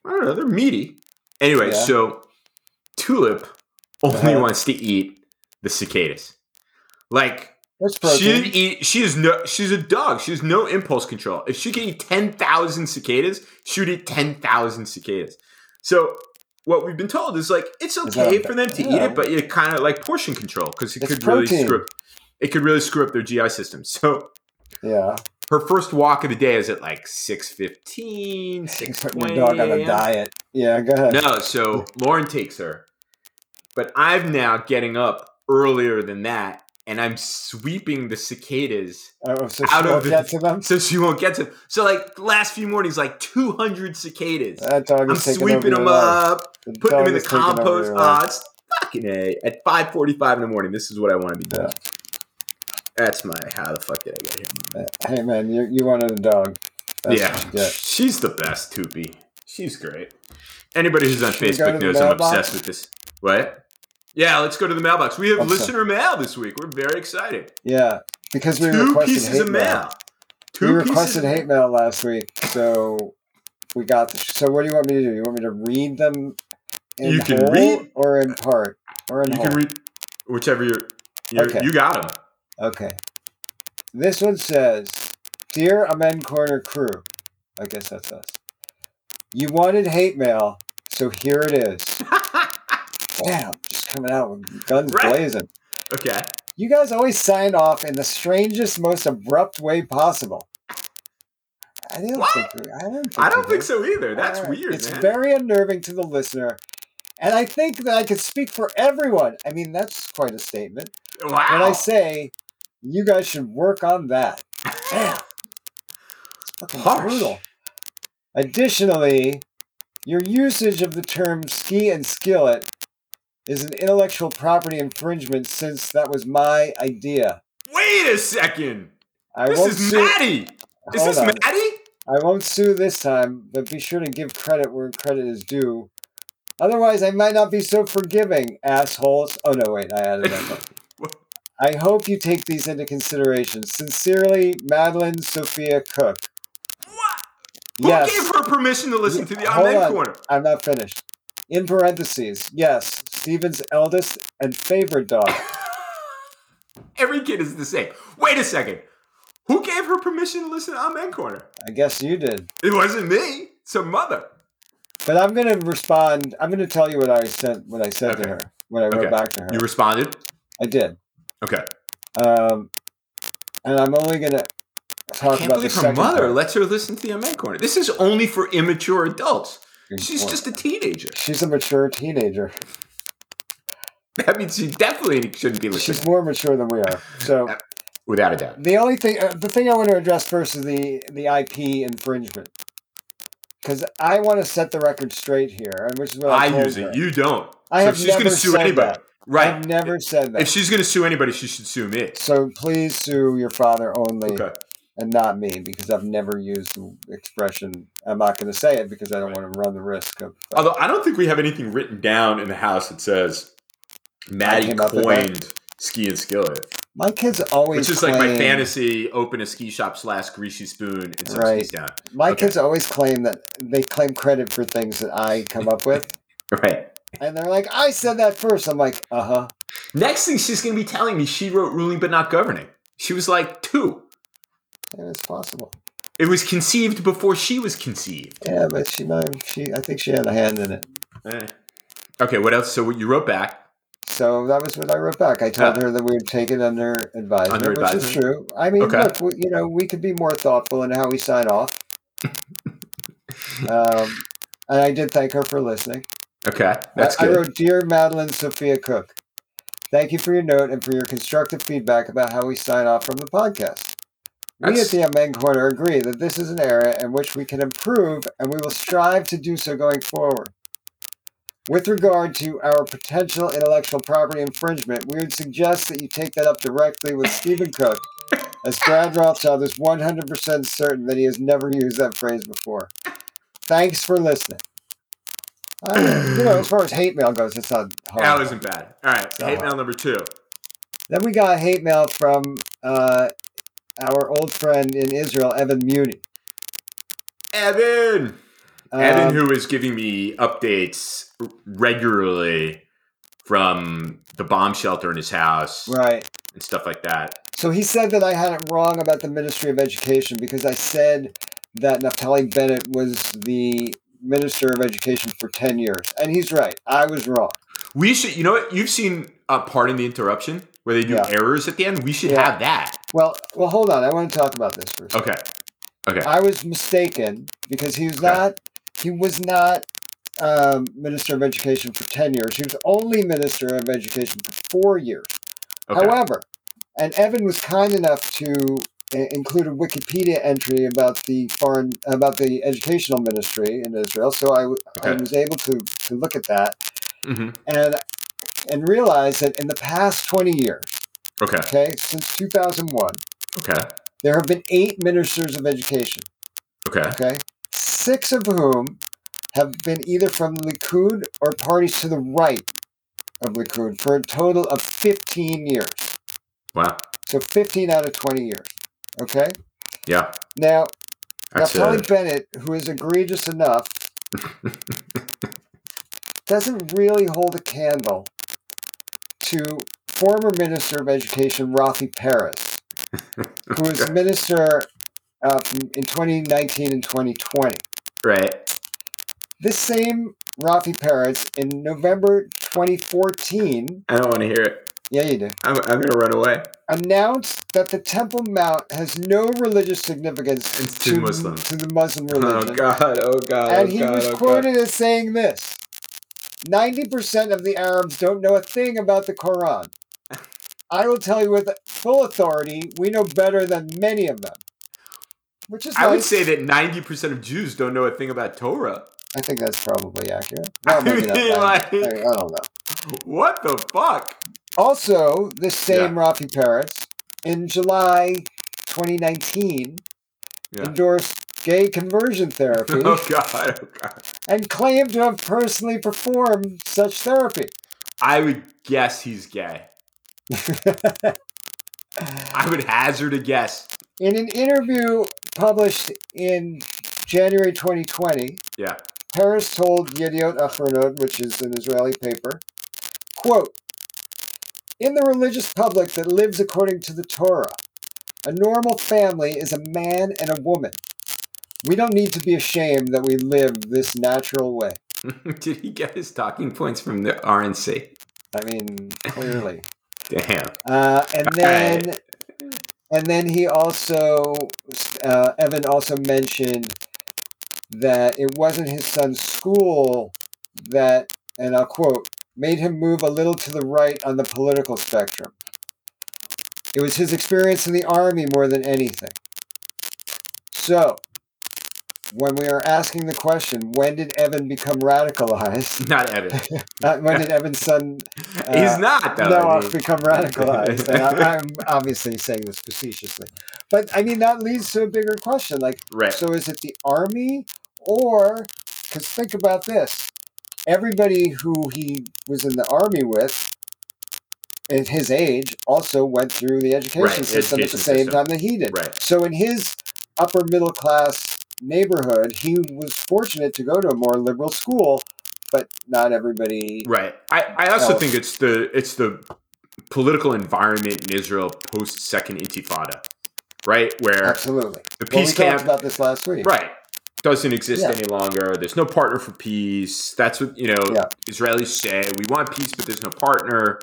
S3: I don't know, they're meaty. Anyway,
S2: Yeah.
S3: so Tulip only
S2: Uh-huh.
S3: wants to eat the cicadas. Like,
S2: What's
S3: she didn't
S2: protein?
S3: eat. She is no. She's a dog. She has no impulse control. If she could eat ten thousand cicadas, she would eat ten thousand cicadas. So what we've been told is like it's
S2: that
S3: okay
S2: a-
S3: for them to eat
S2: yeah.
S3: it, but you kind of like portion control because it
S2: It's
S3: could really
S2: protein.
S3: screw. Up, it could really screw up their GI system. So
S2: Yeah. *laughs*
S3: her first walk of the day is at like 6.15,
S2: You're
S3: 6.20
S2: putting your dog on a
S3: a.m..
S2: diet. Yeah, go ahead.
S3: No, so Lauren takes her. But I'm now getting up earlier than that, and I'm sweeping the cicadas
S2: Oh, so
S3: Out
S2: she
S3: of
S2: won't
S3: the-
S2: get to them?
S3: so she won't get to. So like the last few mornings, like 200 cicadas.
S2: That dog
S3: I'm
S2: is taking over
S3: sweeping
S2: your
S3: them
S2: life.
S3: up,
S2: The
S3: putting
S2: dog
S3: them in the
S2: is taking over
S3: compost.
S2: your life.
S3: Uh, it's fucking a. At five forty-five in the morning, this is what I want to be doing.
S2: Yeah.
S3: That's my. How the fuck did I get here?
S2: Uh, Hey man, you you wanted a dog.
S3: yeah.
S2: yeah.
S3: she's the best, Toopy. She's great. Anybody who's on
S2: Should we go to
S3: Facebook
S2: the
S3: knows I'm
S2: mailbox?
S3: obsessed with this. What? Yeah, let's go to the mailbox. We have
S2: Awesome.
S3: listener mail this week. We're very excited.
S2: Yeah, because we
S3: Two
S2: requested
S3: pieces
S2: hate
S3: of mail. Two
S2: we
S3: pieces
S2: requested
S3: of-
S2: hate mail last week, so we got. The, so what do you want me to do? You want me to read them in
S3: You can
S2: whole
S3: read-
S2: or in part or in
S3: You
S2: whole?
S3: can read whichever you're. you're
S2: Okay.
S3: You got them.
S2: okay. This one says, "Dear Amen Corner crew," I guess that's us. You wanted hate mail, so here it is. Damn, just coming out with guns
S3: Right.
S2: blazing.
S3: *laughs* okay.
S2: You guys always sign off in the strangest, most abrupt way possible. I don't
S3: What?
S2: think. we- I don't think,
S3: I
S2: we
S3: don't
S2: do.
S3: think so either. That's
S2: Alright.
S3: weird,
S2: It's
S3: man.
S2: very unnerving to the listener. And I think that I could speak for everyone. I mean, that's quite a statement.
S3: wow.
S2: When I say, you guys should work on that. Damn. It's fucking
S3: Harsh.
S2: brutal. Additionally, your usage of the term ski and skillet is an intellectual property infringement since that was my idea.
S3: *laughs* Wait a second.
S2: I won't
S3: this is
S2: sue-
S3: Maddie. Is
S2: Hold
S3: this
S2: on.
S3: Maddie?
S2: *laughs* I won't sue this time, but be sure to give credit where credit is due. Otherwise, I might not be so forgiving, assholes. Oh, no, wait, I added that.
S3: *laughs*
S2: one.
S3: What?
S2: I hope you take these into consideration. Sincerely, Madeline Sophia Cook.
S3: What? Who
S2: Yes,
S3: gave her permission to listen to the
S2: Hold
S3: Amen
S2: on.
S3: Corner? *laughs*
S2: I'm not finished. In parentheses, yes, Steven's eldest and favorite dog.
S3: Every kid is the same. Wait a second. Who gave her permission to listen to Amen Corner?
S2: I guess you did.
S3: It wasn't me. It's her mother.
S2: But I'm going to respond. I'm going to tell you what I said, what I said
S3: Okay.
S2: to her, what I
S3: Okay.
S2: wrote back to her.
S3: You responded?
S2: I did.
S3: Okay.
S2: Um, and I'm only gonna
S3: I
S2: talk
S3: can't
S2: about the
S3: believe her
S2: second
S3: mother
S2: part.
S3: lets her listen to the Amen Corner. This is only for immature adults.
S2: Good
S3: She's
S2: point.
S3: just a teenager. *laughs*
S2: she's a mature teenager.
S3: That means she definitely shouldn't be listening.
S2: She's more mature than we
S3: *laughs*
S2: are. So
S3: Without a doubt.
S2: the only thing, uh, the thing I want to address first is the the IP infringement, because I want to set the record straight here, and which is what I,
S3: I
S2: told
S3: use
S2: her.
S3: it. You don't.
S2: I
S3: so
S2: have
S3: if she's
S2: never
S3: gonna sue
S2: said
S3: anybody.
S2: that.
S3: Right.
S2: I've never said that.
S3: If she's going to sue anybody, she should sue me.
S2: so please sue your father only
S3: Okay.
S2: and not me because I've never used the expression. I'm not going to say it because I don't want to run the risk of. uh,
S3: Although I don't think we have anything written down in the house that says Maddie
S2: came up with
S3: coined ski and skillet,
S2: my kids always
S3: which is like my
S2: claim-
S3: fantasy open a ski shop slash greasy spoon and some
S2: Right.
S3: skis down. *laughs*
S2: My
S3: Okay.
S2: kids always claim that they claim credit for things that I come up with,
S3: *laughs* Right.
S2: and they're like, "I said that first. I'm like, "Uh huh."
S3: Next thing she's going to be telling me she wrote ruling but not governing. She was like two.
S2: And it's possible.
S3: It was conceived before she was conceived.
S2: Yeah, but she might. She, I think she had a hand in it.
S3: Eh. Okay, what else? So what you wrote back.
S2: So that was what I wrote back. I told
S3: Yeah.
S2: her that we would take it under advisement,
S3: Under
S2: which is
S3: advisement.
S2: true. I mean,
S3: Okay.
S2: look, we, you know, we could be more thoughtful in how we sign
S3: *laughs*
S2: off. um, and I did thank her for listening.
S3: Okay, that's
S2: I, I
S3: good.
S2: wrote, Dear Madeline Sophia Cook, thank you for your note and for your constructive feedback about how we sign off from the podcast. We
S3: That's-
S2: at the MN Corner agree that this is an area in which we can improve and we will strive to do so going forward. With regard to our potential intellectual property infringement, we would suggest that you take that up directly with Stephen Cook, as Brad Rothschild is 100% certain that he has never used that phrase before. Thanks for listening. I don't- you know, as far as hate mail goes, it's not hard.
S3: that wasn't bad. All right,
S2: not
S3: hate
S2: hard.
S3: mail number two.
S2: Then we got hate mail from uh, our old friend in Israel, Evan Muni.
S3: Evan.
S2: Um,
S3: Evan, who is giving me updates r- regularly from the bomb shelter in his house
S2: Right.
S3: and stuff like that.
S2: So he said that I had it wrong about the Ministry of Education because I said that Naftali Bennett was the Minister of Education for 10 years. And he's right. I was wrong.
S3: We should, you know what? You've seen uh, Pardon the Interruption where they do
S2: Yeah.
S3: errors at the end. We should
S2: Yeah.
S3: have that.
S2: Well, well, hold on. I want to talk about this first.
S3: Okay. Okay.
S2: I was mistaken because he was
S3: Okay.
S2: not he was not um, minister of education for ten years. He was only minister of education for four years.
S3: Okay.
S2: However, and Evan was kind enough to i- include a Wikipedia entry about the foreign about the educational ministry in Israel, so I, w- I
S3: Okay.
S2: was able to to look at that
S3: Mhm.
S2: and. and realize that in the past 20 years,
S3: Okay.
S2: okay, since 2001,
S3: Okay.
S2: there have been eight ministers of education,
S3: Okay.
S2: okay? Six of whom have been either from Likud or parties to the right of Likud for a total of 15 years.
S3: Wow.
S2: So 15 out of 20 years, okay?
S3: Yeah.
S2: Now,
S3: That's
S2: now, Polly
S3: uh,
S2: Bennett, who is egregious
S3: *laughs*
S2: enough, doesn't really hold a candle to former Minister of Education Rafi Paris, who
S3: *laughs*
S2: was minister uh, from- in 2019 and 2020.
S3: right.
S2: This same Rafi Paris, in November 2014,
S3: I don't want to hear it.
S2: yeah, you do,
S3: I'm, I'm gonna run away.
S2: announced that the Temple Mount has no religious significance
S3: It's to Muslim.
S2: to the Muslim religion.
S3: Oh God. Oh God.
S2: and
S3: oh
S2: he
S3: God,
S2: was
S3: oh, God.
S2: quoted as saying this 90% of the Arabs don't know a thing about the Quran. I will tell you with full authority, we know better than many of them. Which is
S3: I would
S2: nice.
S3: say that 90% of Jews don't know a thing about Torah.
S2: I think that's probably accurate.
S3: *laughs* I
S2: Well, maybe not
S3: mean,
S2: that.
S3: like-
S2: I, mean, I don't know.
S3: What the fuck?
S2: Also, this same Rafi Peretz, in July 2019,
S3: Yeah.
S2: endorsed gay conversion
S3: *laughs*
S2: therapy
S3: Oh God. Oh God.
S2: and claimed to have personally performed such therapy.
S3: I would guess he's gay. I would hazard a guess.
S2: In an interview published in January 2020,
S3: Yeah. *laughs*
S2: Harris told Yediot Ahronot, which is an Israeli paper, quote, In the religious public that lives according to the Torah, a normal family is a man and a woman. We don't need to be ashamed that we live this natural way.
S3: Did he get his talking points from the RNC?
S2: I mean, clearly.
S3: Damn.
S2: Uh, and then, and then he also, uh, Evan also mentioned that it wasn't his son's school that, and I'll quote, made him move a little to the right on the political spectrum. It was his experience in the army more than anything. So, when we are asking the question, when did Evan become radicalized? *laughs*
S3: Not Evan.
S2: Uh, when did Evan's son uh,
S3: he's not though.
S2: no,
S3: I
S2: I've
S3: mean,
S2: become radicalized. and I,
S3: *laughs*
S2: I'm obviously saying this facetiously. But I mean, that leads to a bigger question. Like,
S3: right.
S2: so is it the army or, because think about this everybody who he was in the army with at his age also went through the education
S3: Right, the
S2: system at the
S3: education
S2: same
S3: system.
S2: time that he did.
S3: Right.
S2: So in his upper middle class neighborhood, he was fortunate to go to a more liberal school, but not everybody.
S3: Right. I, I also
S2: Else.
S3: think it's the it's the political environment in Israel post second intifada. Right? Where
S2: Absolutely.
S3: the
S2: Well, we
S3: peace
S2: talked
S3: camp
S2: about this last week.
S3: Right. Doesn't exist
S2: Yeah.
S3: any longer. There's no partner for peace. That's what you know
S2: Yeah.
S3: Israelis say. We want peace, but there's no partner,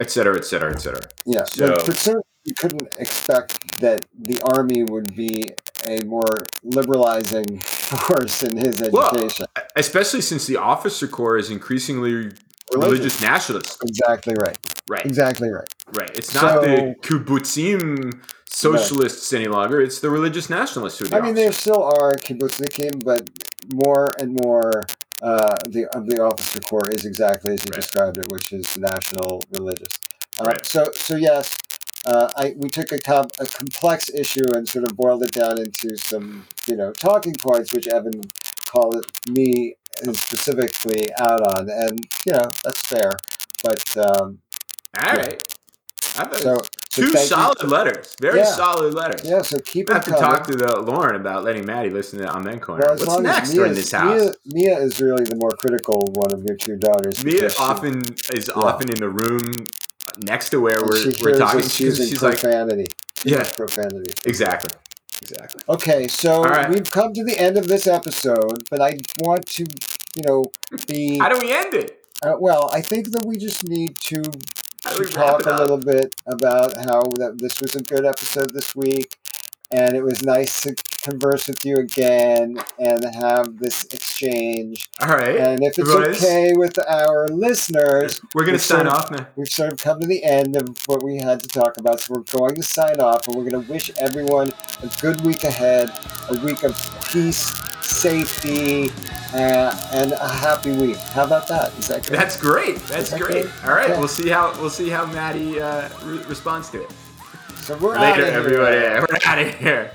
S3: et cetera, et cetera, et cetera.
S2: Yeah,
S3: So-
S2: but, but certainly you couldn't expect that the army would be a more liberalizing *laughs* force in his
S3: Well,
S2: education.
S3: E, Especially since the officer corps is increasingly religious, nationalist.
S2: Exactly right.
S3: Right.
S2: Exactly right.
S3: Right. It's not
S2: So-
S3: the kibbutzim socialists any longer. It's the religious nationalists who are the
S2: I mean, there
S3: officers.
S2: still are kibbutznikim, but more and more uh, the of the officer corps is exactly as you
S3: Right.
S2: described it, which is national religious. Uh,
S3: Right.
S2: So, so yes, uh, I we took a, com- a complex issue and sort of boiled it down into some you know talking points, which Evan called me specifically out on, and you know that's fair. But um,
S3: All right. I thought
S2: so, so
S3: two
S2: thank you.
S3: solid letters. Very
S2: Yeah.
S3: solid letters.
S2: Yeah, so keep
S3: I have
S2: it
S3: to
S2: coming.
S3: talk to the Lauren about letting Maddie listen to Amen Corner.
S2: Well, as
S3: What's
S2: long as
S3: next in
S2: Mia's-
S3: this house?
S2: Mia, Mia is really the more critical one of your two daughters.
S3: Mia
S2: because she-
S3: often is often in the room next to where
S2: and
S3: we're,
S2: she
S3: we're
S2: hears
S3: talking.
S2: us
S3: She's,
S2: using
S3: she's like,
S2: profanity. Too
S3: Yeah.
S2: much profanity.
S3: exactly, exactly.
S2: Okay, so
S3: right.
S2: we've come to the end of this episode, but I want to, you know,
S3: *laughs*
S2: be
S3: How do we end it?
S2: uh, well. I think that we just need to
S3: How
S2: to
S3: do we wrap
S2: talk
S3: it
S2: a
S3: up?
S2: little bit about how that this was a good episode this week, and it was nice to converse with you again and have this exchange.
S3: All right,
S2: And if it's
S3: Royce?
S2: okay with our listeners,
S3: we're gonna
S2: it's
S3: sign
S2: sort of-
S3: off now.
S2: we've sort of come to the end of what we had to talk about. So we're going to sign off, and we're going to wish everyone a good week ahead, a week of peace, safety, uh, and a happy week. How about that? Is that good?
S3: That's great. That's
S2: Okay.
S3: great. All right,
S2: Yeah.
S3: we'll see how we'll see how Maddie uh, re- responds to it.
S2: so we're out
S3: Later,
S2: of here.
S3: everybody. We're out of here.